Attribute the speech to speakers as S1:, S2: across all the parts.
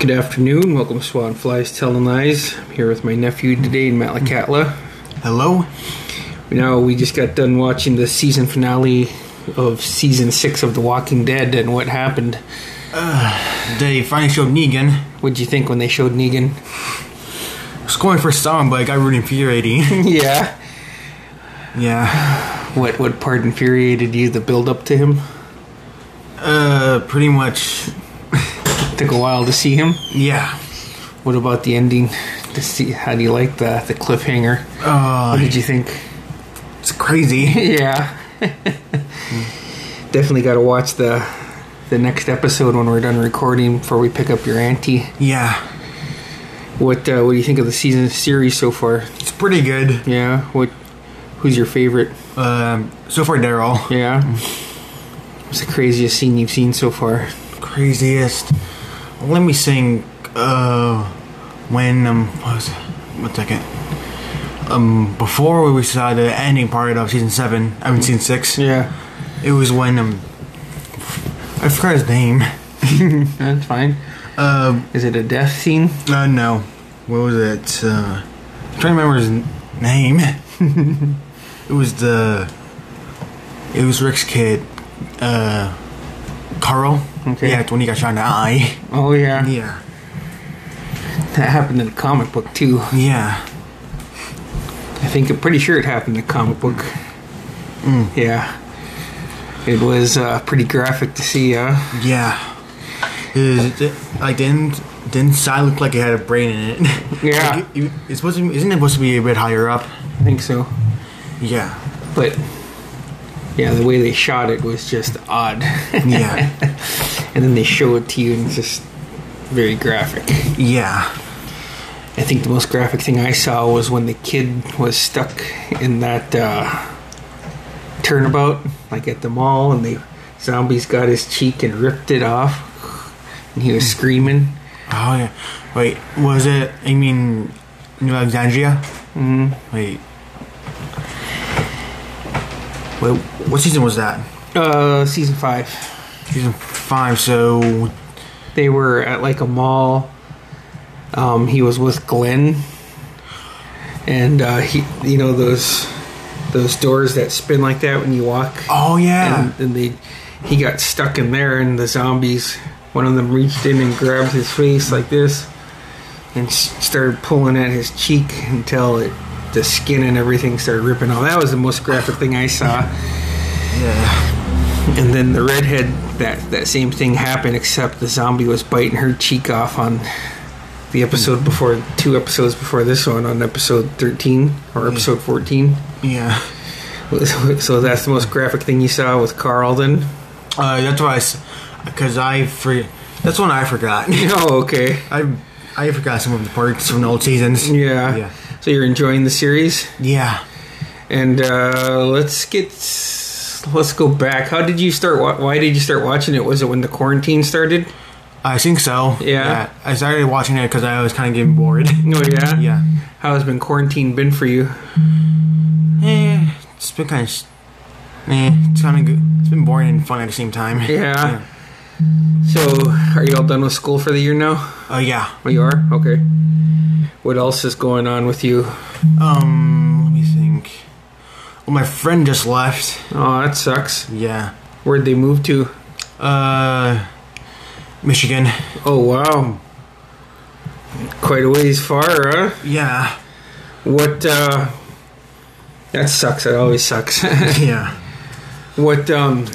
S1: Good afternoon. Welcome to Swan Flies Telling Lies. I'm here with my nephew today, Matt Lacatla.
S2: Hello.
S1: Now, we just got done watching the season finale of season six of The Walking Dead and what happened.
S2: They finally showed Negan.
S1: What'd you think when they showed Negan?
S2: I was going for some, but I got really infuriating.
S1: yeah.
S2: yeah.
S1: What what part infuriated you? The build up to him
S2: Uh, pretty much.
S1: took a while to see him.
S2: Yeah.
S1: What about the ending? To see how do you like the the cliffhanger? What
S2: Uh,
S1: did you think?
S2: it's crazy.
S1: Yeah. Definitely got to watch the the next episode when we're done recording before we pick up your auntie.
S2: Yeah.
S1: What uh, what do you think of the season series so far?
S2: It's pretty good.
S1: Yeah. What who's your favorite?
S2: Um, so far Daryl.
S1: Yeah. What's the craziest scene you've seen so far?
S2: Craziest. Let me sing. Uh, when um, what was it? One second. Um, before we saw the ending part of season seven, I mean season six.
S1: Yeah.
S2: It was when um, I forgot his name.
S1: That's fine.
S2: Um.
S1: Is it a death scene?
S2: Uh, no. What was it? Uh, I'm trying to remember his n- name. it was the. It was Rick's kid, uh, Carl.
S1: Okay.
S2: Yeah, when he got shot in the eye.
S1: Oh yeah.
S2: Yeah.
S1: That happened in the comic book too.
S2: Yeah.
S1: I think I'm pretty sure it happened in the comic book. Yeah. It was uh, pretty graphic to see, uh
S2: Yeah. Is it, like didn't the inside look like it had a brain in it?
S1: Yeah.
S2: Like, it- it's supposed to. Be, isn't it supposed to be a bit higher up?
S1: I think so.
S2: Yeah.
S1: But yeah, the way they shot it was just odd.
S2: Yeah.
S1: and then they show it to you and it's just very graphic.
S2: yeah.
S1: I think the most graphic thing I saw was when the kid was stuck in that uh, turnabout, like at the mall, and the zombies got his cheek and ripped it off. And he was screaming.
S2: Oh yeah. Wait, was it? I mean, New Alexandria.
S1: Mm.
S2: Wait. Wait, what season was that?
S1: Uh, season five.
S2: Season five. So
S1: They were at like a mall. Um, he was with Glenn, and uh, he, you know those those doors that spin like that when you walk.
S2: oh yeah,
S1: and, and they he got stuck in there and the zombies one of them reached in and grabbed his face like this and s- started pulling at his cheek until it the skin and everything started ripping off that was the most graphic thing i saw
S2: yeah,
S1: and then the redhead that that same thing happened except the zombie was biting her cheek off on the episode before two episodes before this one on episode 13 or episode 14
S2: yeah.
S1: so that's the most graphic thing you saw with carl then
S2: Uh, that's why, I, because I for that's one I forgot.
S1: oh okay
S2: I I forgot some of the parts from the old seasons.
S1: Yeah.
S2: Yeah.
S1: So you're enjoying the series,
S2: Yeah.
S1: and uh, let's get let's go back. How did you start? wa- Why did you start watching it? Was it when the quarantine started?
S2: I think so.
S1: Yeah.
S2: I started watching it because I was kind of getting bored.
S1: No, Oh, yeah.
S2: yeah.
S1: How has been quarantine been for you?
S2: Eh, it's been kind of. Eh, it's kind of good. It's been boring and fun at the same time.
S1: Yeah. So are you all done with school for the year now?
S2: Oh yeah.
S1: Oh, you are. Okay. What else is going on with you?
S2: Um, let me think. Well, my friend just left.
S1: Oh, that sucks.
S2: Yeah.
S1: Where'd they move to?
S2: Uh, Michigan.
S1: Oh, wow. Quite a ways far, huh?
S2: Yeah.
S1: What? uh That sucks. That always sucks.
S2: Yeah.
S1: What um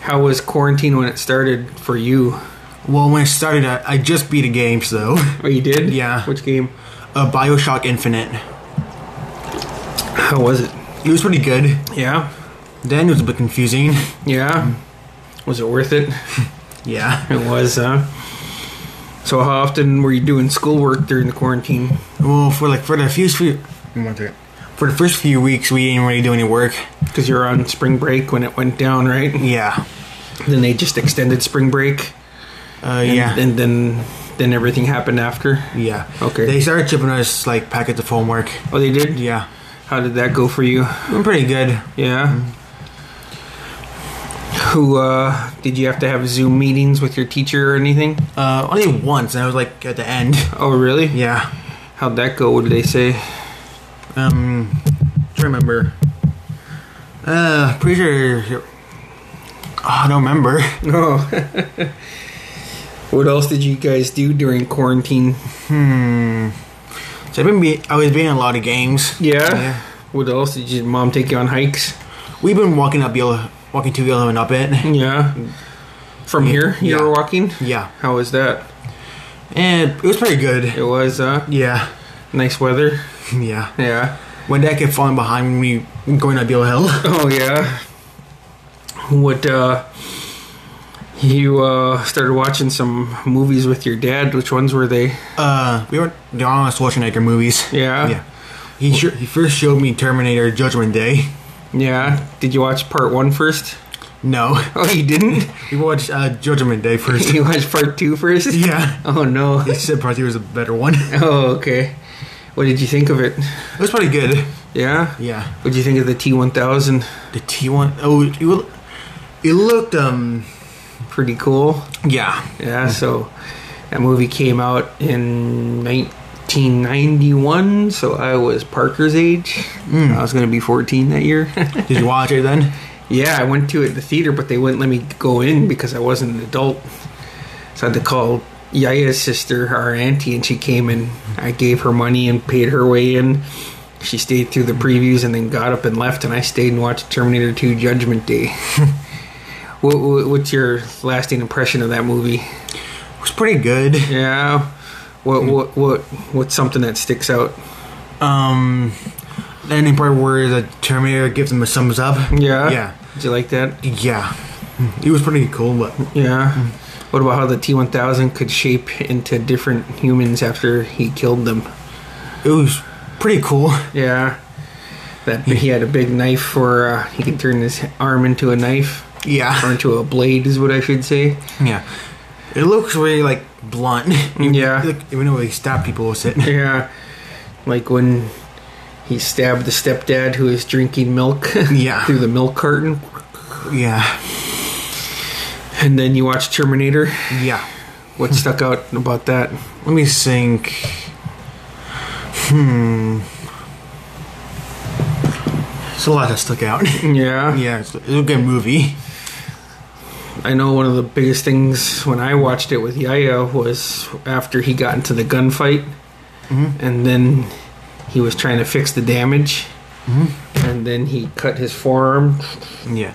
S1: how was quarantine when it started for you?
S2: Well, when I started, I, I just beat a game, so.
S1: Oh you did?
S2: Yeah.
S1: Which game?
S2: Uh, Bioshock Infinite.
S1: How was it?
S2: It was pretty good.
S1: Yeah?
S2: Then it was a bit confusing.
S1: Yeah? Was it worth it?
S2: Yeah.
S1: It was, uh, huh? So how often were you doing schoolwork during the quarantine?
S2: Well, for like for the few few One second. For the first few weeks, we didn't really do any work.
S1: Because you were on spring break when it went down, right?
S2: Yeah.
S1: Then they just extended spring break.
S2: Uh,
S1: And,
S2: yeah.
S1: And then then everything happened after.
S2: yeah.
S1: Okay.
S2: They started shipping us like packets of homework.
S1: Oh, they did.
S2: Yeah.
S1: How did that go for you?
S2: I'm pretty good.
S1: Yeah. Who uh, did you have to have Zoom meetings with your teacher or anything?
S2: Uh, only once, and I was like at the end.
S1: Oh, really?
S2: Yeah.
S1: How'd that go? What did they say?
S2: Um, try to remember. Uh, pretty sure. Oh, I don't remember.
S1: No. Oh. what else did you guys do during quarantine?
S2: So I've been be- I was being in a lot of games.
S1: Yeah. What else did your mom take you on hikes?
S2: We've been walking up yellow, walking to yellow and up it.
S1: Yeah. From here, you
S2: Yeah.
S1: were walking.
S2: Yeah.
S1: How was that?
S2: And it was pretty good.
S1: It was uh,
S2: Yeah.
S1: nice weather.
S2: Yeah.
S1: Yeah.
S2: When that kept falling behind me going up yellow hill.
S1: Oh yeah. What uh you uh started watching some movies with your dad. Which ones were they?
S2: Uh, we were the Arnold Schwarzenegger movies.
S1: Yeah.
S2: Yeah. He, sh- he first showed me Terminator Judgment Day.
S1: Yeah. Did you watch part one first?
S2: No.
S1: Oh you didn't?
S2: We watched uh, Judgment Day first.
S1: you watched part two first?
S2: yeah.
S1: Oh no.
S2: He said part two was a better one. It
S1: Oh okay. What did you think of it?
S2: was pretty good.
S1: Yeah?
S2: Yeah.
S1: What'd you think of the T one thousand?
S2: The T1. Oh, it, loo- it looked, um.
S1: Pretty cool.
S2: Yeah.
S1: Yeah, so that movie came out in 1991, so I was Parker's age. I was going to be 14 that year.
S2: Did you watch it then?
S1: yeah, I went to it at the theater, but they wouldn't let me go in because I wasn't an adult. So I had to call Yaya's sister, our auntie, and she came and I gave her money and paid her way in. She stayed through the previews and then got up and left, and I stayed and watched Terminator 2 Judgment Day. what, what, what's your lasting impression of that movie?
S2: It was pretty good.
S1: Yeah. What what what what's something that sticks out?
S2: Um. The ending part where the Terminator gives him a thumbs up.
S1: Yeah.
S2: Yeah.
S1: Did you like that?
S2: Yeah. It was pretty cool, but
S1: Yeah. What about how the T one thousand could shape into different humans after he killed them?
S2: it was pretty cool.
S1: Yeah. That he had a big knife for uh, he could turn his arm into a knife or
S2: Yeah.
S1: into a blade is what I should say.
S2: Yeah. It looks really like blunt.
S1: Yeah.
S2: Like, even though they stab people with it.
S1: Yeah. Like when he stabbed the stepdad who was drinking milk
S2: Yeah.
S1: through the milk carton.
S2: Yeah.
S1: And then you watch Terminator.
S2: Yeah.
S1: What stuck out about that?
S2: Let me think. Hmm. It's a lot that stuck out.
S1: Yeah.
S2: yeah, it's, it's a good movie.
S1: I know one of the biggest things when I watched it with Yaya was after he got into the gunfight,
S2: Mm-hmm.
S1: and then he was trying to fix the damage,
S2: Mm-hmm.
S1: and then he cut his forearm,
S2: Yeah.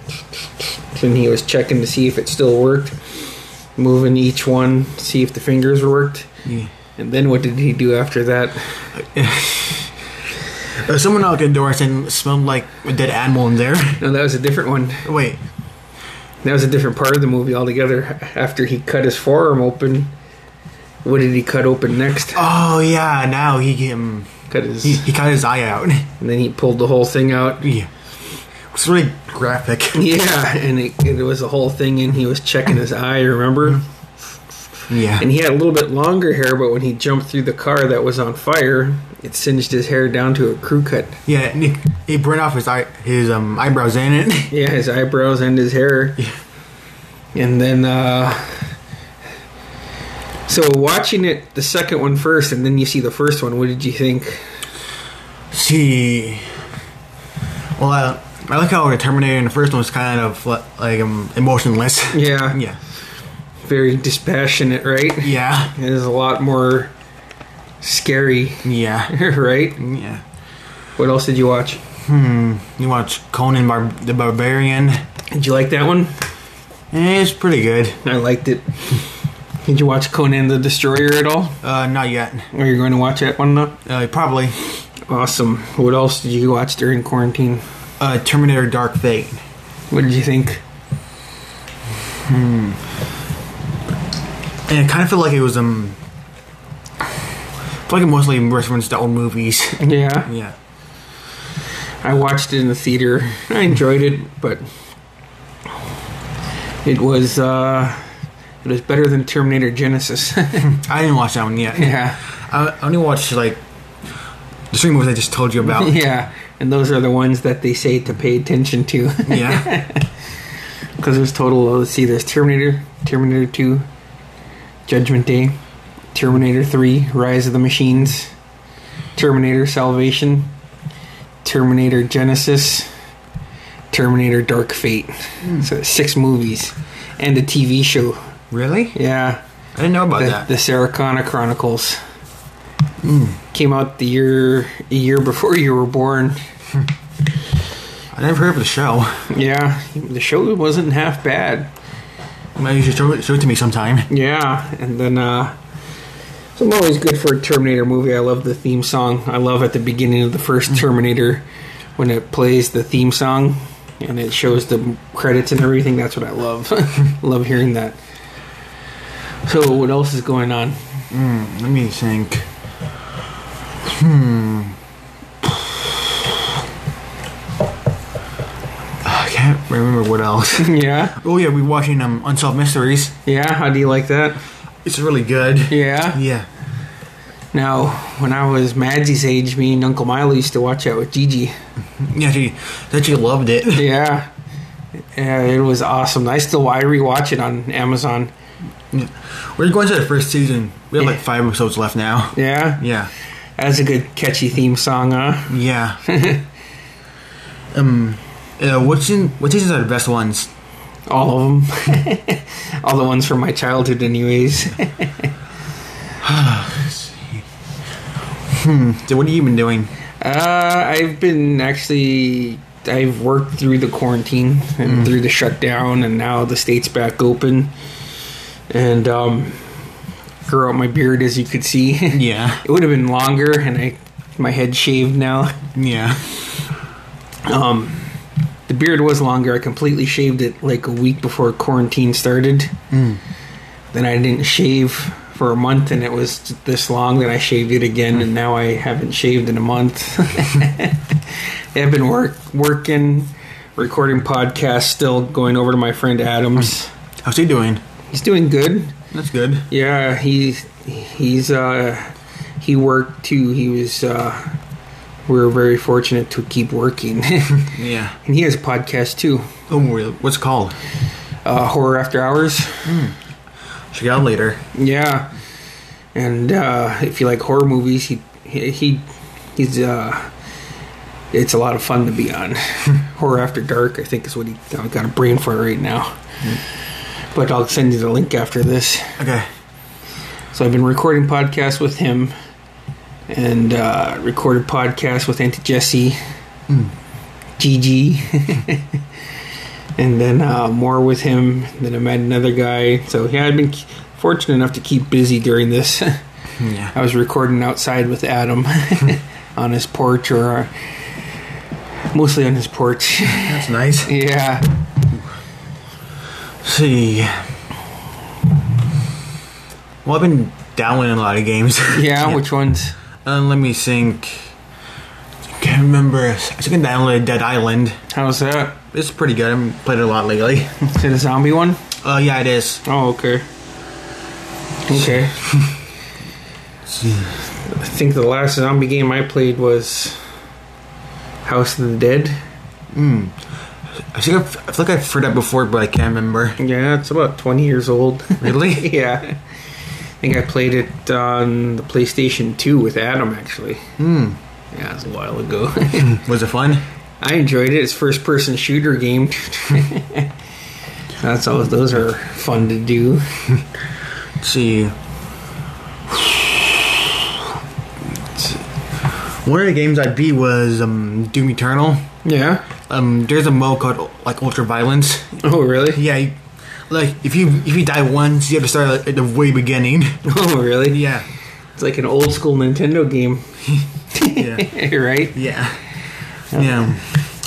S1: and he was checking to see if it still worked, moving each one, see if the fingers worked,
S2: yeah.
S1: and then what did he do after that?
S2: Uh, someone knocked at the door and said it smelled like a dead animal in there.
S1: No, that was a different one.
S2: Wait.
S1: That was a different part of the movie altogether. After he cut his forearm open, what did he cut open next?
S2: Oh yeah. Now he um,
S1: Cut his.
S2: he, he cut his eye out.
S1: and then he pulled the whole thing out.
S2: Yeah. It's really graphic.
S1: Yeah, and it, it was a whole thing, and he was checking his eye, remember?
S2: Yeah.
S1: And he had a little bit longer hair, but when he jumped through the car that was on fire, it singed his hair down to a crew cut.
S2: Yeah, and he, he burned off his eye, his um eyebrows in it.
S1: Yeah, his eyebrows and his hair. And then, uh. So watching it, the second one first, and then you see the first one, what did you think?
S2: See, well, I, I like how the Terminator in the first one was kind of li- like um emotionless.
S1: Yeah,
S2: Yeah,
S1: very dispassionate, right?
S2: yeah,
S1: It is a lot more scary,
S2: yeah,
S1: right?
S2: yeah.
S1: What else did you watch?
S2: You watch Conan Bar- the Barbarian.
S1: Did you like that one?
S2: Eh, it's pretty good.
S1: I liked it. Did you watch Conan the Destroyer at all?
S2: Uh, not yet.
S1: Are you going to watch that one though?
S2: Uh, probably.
S1: Awesome. What else did you watch during quarantine?
S2: Uh, Terminator Dark Fate.
S1: What did you think?
S2: And it kind of felt like it was um, I feel like it mostly referenced to old movies.
S1: Yeah.
S2: yeah,
S1: I watched it in the theater. I enjoyed it, but it was uh, it was better than Terminator Genesis.
S2: I didn't watch that one yet.
S1: yeah,
S2: I I only watched like the three movies I just told you about.
S1: yeah, and those are the ones that they say to pay attention to
S2: yeah.
S1: because there's total. Let's see, there's Terminator, Terminator Two, Judgment Day, Terminator Three, Rise of the Machines, Terminator Salvation, Terminator Genesis, Terminator Dark Fate.
S2: Hmm.
S1: So six movies and a TV show.
S2: Really?
S1: Yeah.
S2: I didn't know about
S1: the,
S2: that. Hmm.
S1: the Sarah Connor Chronicles came out the year a year before you were born.
S2: I never heard of the show.
S1: Yeah, the show wasn't half bad.
S2: Maybe you should show it, show it to me sometime.
S1: Yeah, and then uh, so I'm always good for a Terminator movie. I love the theme song. I love at the beginning of the first Terminator when it plays the theme song and it shows the credits and everything. That's what I love. love hearing that. So what else is going on?
S2: Hmm, let me think. Hmm. I can't remember what else.
S1: yeah,
S2: oh yeah, we are watching um Unsolved Mysteries.
S1: yeah. How do you like that?
S2: It's really good.
S1: Yeah.
S2: Yeah.
S1: Now, when I was Madsy's age, me and Uncle Milo used to watch out with Gigi.
S2: Yeah, she that she loved it.
S1: Yeah. Yeah, it was awesome. I still I rewatch it on Amazon.
S2: Yeah. We're going to the first season. We have like
S1: Yeah.
S2: five episodes left now.
S1: Yeah.
S2: Yeah.
S1: That's a good catchy theme song, huh?
S2: Yeah. um uh, what season what seasons are the best ones?
S1: All of them. All the ones from my childhood anyways.
S2: So what have you been doing?
S1: Uh, I've been actually I've worked through the quarantine and through the shutdown, and now the state's back open, and um, grew out my beard as you could see.
S2: Yeah.
S1: it would have been longer, and I my head shaved now.
S2: Yeah.
S1: Um, the beard was longer. I completely shaved it like a week before quarantine started. Then I didn't shave for a month, and it was this long. Then I shaved it again, and now I haven't shaved in a month. I've been work working, recording podcasts, still going over to my friend Adams.
S2: How's he doing?
S1: He's doing good.
S2: That's good.
S1: Yeah, he he's uh he worked too. He was uh we were very fortunate to keep working.
S2: Yeah.
S1: And he has a podcast too,
S2: Oh, really? what's it called?
S1: uh, Horror After Hours.
S2: Check it out later.
S1: Yeah, and uh, if you like horror movies, he he, he he's uh, it's a lot of fun to be on. horror After Dark, I think, is what he I've got a brain for right now. But I'll send you the link after this.
S2: Okay.
S1: So I've been recording podcasts with him, and uh, recorded podcasts with Auntie Jessie, Gigi, and then uh, more with him. Then I met another guy. So yeah, I've been k- fortunate enough to keep busy during this. I
S2: Yeah.
S1: was recording outside with Adam on his porch, or uh, mostly on his porch.
S2: That's nice.
S1: yeah,
S2: see. Well, I've been downloading a lot of games.
S1: yeah. Which ones?
S2: Uh, let me think. I can't remember. I think I downloaded Dead Island.
S1: How's that?
S2: It's pretty good. I've played it a lot lately.
S1: Is it a zombie one?
S2: Uh, yeah, it is.
S1: Oh, okay. Okay. I think the last zombie game I played was House of the Dead.
S2: Hmm. I think I've, I feel like I've heard that before, but I can't remember.
S1: Yeah, it's about 20 years old.
S2: Really?
S1: yeah. I think I played it on the PlayStation 2 with Adam, actually. Hmm. Yeah, it was a while ago.
S2: Was it fun?
S1: I enjoyed it. It's first person shooter game. That's all. Those are fun to do.
S2: Let's see. One of the games I beat was um, Doom Eternal.
S1: Yeah.
S2: Um, there's a mode called like Ultra Violence.
S1: Oh, really?
S2: Yeah, you, like if you if you die once, you have to start at the very beginning.
S1: Oh, really?
S2: Yeah,
S1: It's like an old school Nintendo game,
S2: yeah,
S1: right?
S2: yeah, yeah.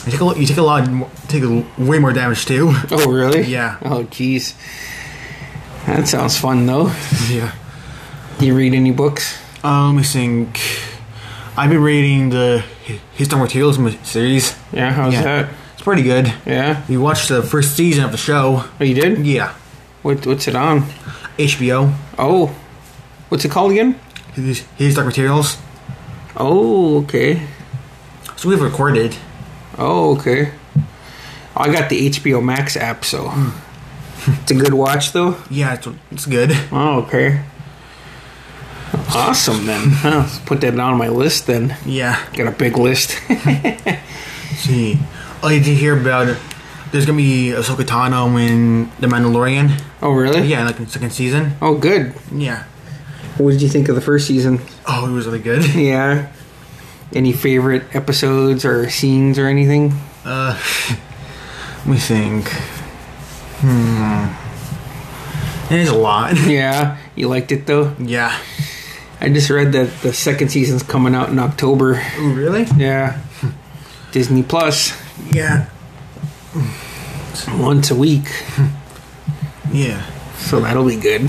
S2: You take a lot. You take a lot. More, take a, way more damage too.
S1: Oh, really?
S2: Yeah.
S1: Oh, jeez. That sounds fun, though.
S2: Yeah. Uh,
S1: You read any books?
S2: Um, I think I've been reading the Historic Heroes series.
S1: Yeah, how's
S2: Yeah.
S1: that?
S2: It's pretty good.
S1: Yeah,
S2: We watched the first season of the show.
S1: oh, you did?
S2: Yeah,
S1: What, what's it on?
S2: HBO.
S1: Oh, what's it called again?
S2: His his Dark Materials.
S1: Oh, okay.
S2: So we've recorded.
S1: Oh, okay. Oh, I got the HBO Max app, so
S2: Hmm.
S1: it's a good watch, though.
S2: Yeah, it's, it's good.
S1: Oh, okay. Awesome then. Huh, Let's put that on my list then.
S2: Yeah.
S1: Got a big list.
S2: See, oh, you did hear about it. There's gonna be Ahsoka Tano in The Mandalorian.
S1: oh, really?
S2: Yeah, like in the second season.
S1: Oh, good.
S2: Yeah.
S1: What did you think of the first season?
S2: Oh, it was really good.
S1: Yeah. Any favorite episodes or scenes or anything?
S2: Uh, let me think. Hmm. There's a lot.
S1: Yeah, you liked it though.
S2: yeah.
S1: I just read that the second season's coming out in October.
S2: Ooh, really?
S1: Yeah. Disney Plus
S2: Yeah.
S1: once a week.
S2: Yeah.
S1: So that'll be good.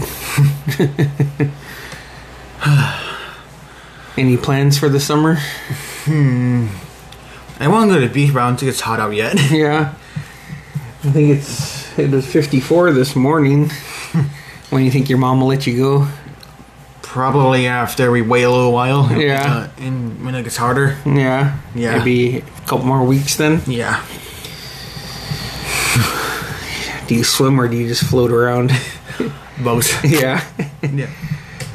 S1: Any plans for the summer?
S2: I want to go to the beach, but I don't think it's hot out yet.
S1: Yeah. I think it's it was 54 this morning. when you think your mom will let you go?
S2: Probably after we wait a little while. and,
S1: Yeah.
S2: uh, and when it gets harder.
S1: Yeah.
S2: Yeah.
S1: Maybe a couple more weeks then.
S2: Yeah.
S1: Do you swim or do you just float around?
S2: Both.
S1: yeah.
S2: yeah.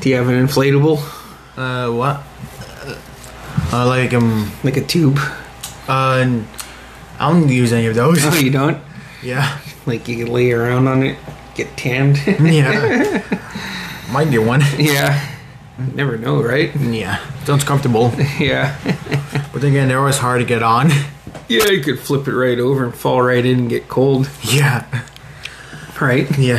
S1: Do you have an inflatable?
S2: Uh, what? Uh, like um,
S1: Like a tube?
S2: uh, I don't use any of those.
S1: No, you don't?
S2: yeah.
S1: Like you can lay around on it, get tanned?
S2: Yeah. Might get one.
S1: yeah. Never know, right?
S2: Yeah. Sounds comfortable.
S1: Yeah.
S2: But then again, they're always hard to get on.
S1: Yeah, you could flip it right over and fall right in and get cold,
S2: Yeah.
S1: right?
S2: Yeah.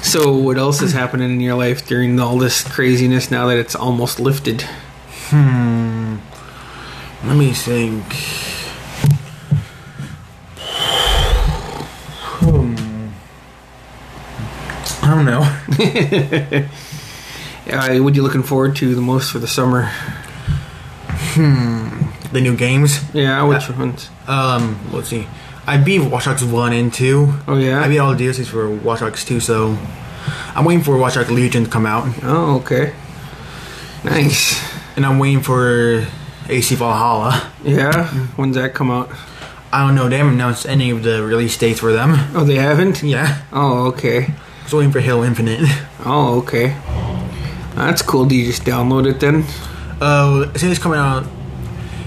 S1: So, what else is happening in your life during all this craziness now that it's almost lifted?
S2: Let me think. Hmm. I don't know.
S1: Uh, what are you looking forward to the most for the summer?
S2: The new games.
S1: Yeah, which ones?
S2: Um, let's see. I beat Watch Dogs 1 and 2.
S1: Oh,
S2: I
S1: yeah?
S2: beat all the DLCs for Watch Dogs 2, so I'm waiting for Watch Dogs Legion to come out.
S1: Oh, okay. Nice.
S2: And I'm waiting for AC Valhalla.
S1: Yeah? When's that come out?
S2: I don't know, they haven't announced any of the release dates for them.
S1: Oh, they haven't?
S2: Yeah.
S1: Oh, okay.
S2: Just waiting for Halo Infinite.
S1: Oh, okay. That's cool. Do you just download it then?
S2: Uh, it says it's coming out.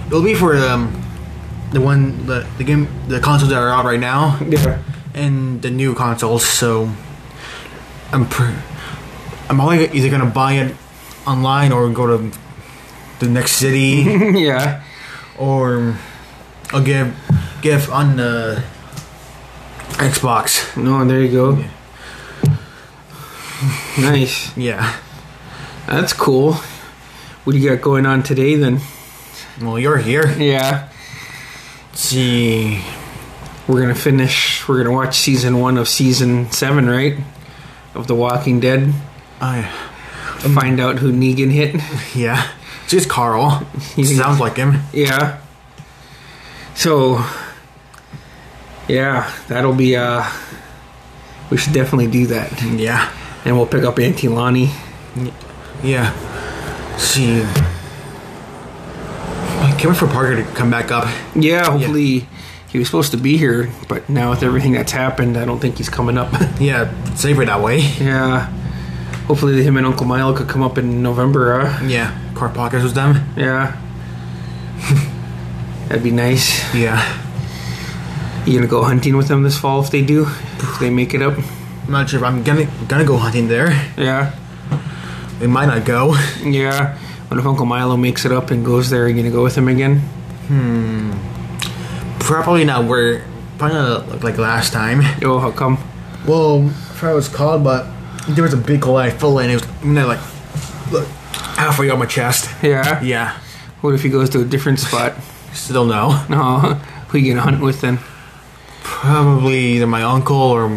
S2: It'll be for um, the one the, the game the consoles that are out right now
S1: Yeah.
S2: and the new consoles. So I'm pr- I'm only either gonna buy it online or go to the next city
S1: yeah.
S2: or I'll give give on the Xbox.
S1: No, there you go. Nice.
S2: Yeah.
S1: That's cool. What do you got going on today then?
S2: Well, you're here.
S1: Yeah.
S2: Let's see.
S1: We're gonna finish. We're gonna watch season one of season seven, right? Of The Walking Dead.
S2: I
S1: Find out who Negan hit.
S2: yeah. It's just Carl. He
S1: He's-
S2: sounds like him.
S1: Yeah. So. Yeah, that'll be. uh We should definitely do that,
S2: Yeah.
S1: and we'll pick up Auntie Lonnie.
S2: Yeah. See. Can't wait for Parker to come back up.
S1: Yeah, hopefully. He was supposed to be here, but now with everything that's happened, I don't think he's coming up.
S2: Yeah, save it that way.
S1: yeah. Hopefully, him and Uncle Milo could come up in November, huh?
S2: Yeah, Car Parker's with them.
S1: Yeah. That'd be nice.
S2: Yeah.
S1: You gonna go hunting with them this fall if they do? If they make it up?
S2: I'm not sure if I'm gonna gonna go hunting there.
S1: Yeah.
S2: We might not go.
S1: Yeah. What if Uncle Milo makes it up and goes there? Are you gonna go with him again?
S2: Probably not. We're probably not look like last time.
S1: Oh, how come?
S2: Well, I forgot what it was called, but there was a big hole I fell in. It was you know, like look, halfway on my chest.
S1: Yeah.
S2: Yeah.
S1: What if he goes to a different spot?
S2: Still no.
S1: No. Who you gonna hunt with then?
S2: Probably either my uncle or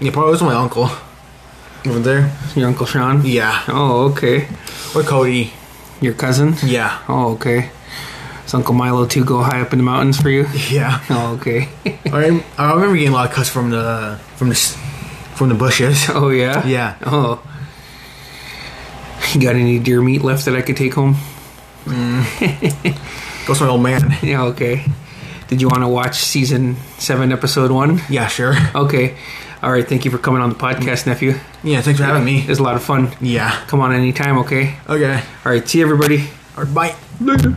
S2: yeah, probably it was my uncle over there.
S1: Your Uncle Sean?
S2: Yeah.
S1: Oh, okay.
S2: Or Cody.
S1: Your cousin?
S2: Yeah.
S1: Oh, okay. Does Uncle Milo too go high up in the mountains for you?
S2: Yeah.
S1: Oh, okay.
S2: I, rem- I remember getting a lot of cuts from the from the s- from the bushes.
S1: oh yeah.
S2: Yeah.
S1: Oh. You got any deer meat left that I could take home?
S2: Goes my old man.
S1: Yeah. Okay. Did you want to watch season seven, episode one?
S2: Yeah, sure.
S1: Okay. All right. Thank you for coming on the podcast, nephew.
S2: Yeah, thanks for having
S1: It
S2: me.
S1: was a lot of fun.
S2: Yeah.
S1: Come on anytime. Okay.
S2: Okay.
S1: All right. See you, everybody.
S2: All right, bye.
S1: Later.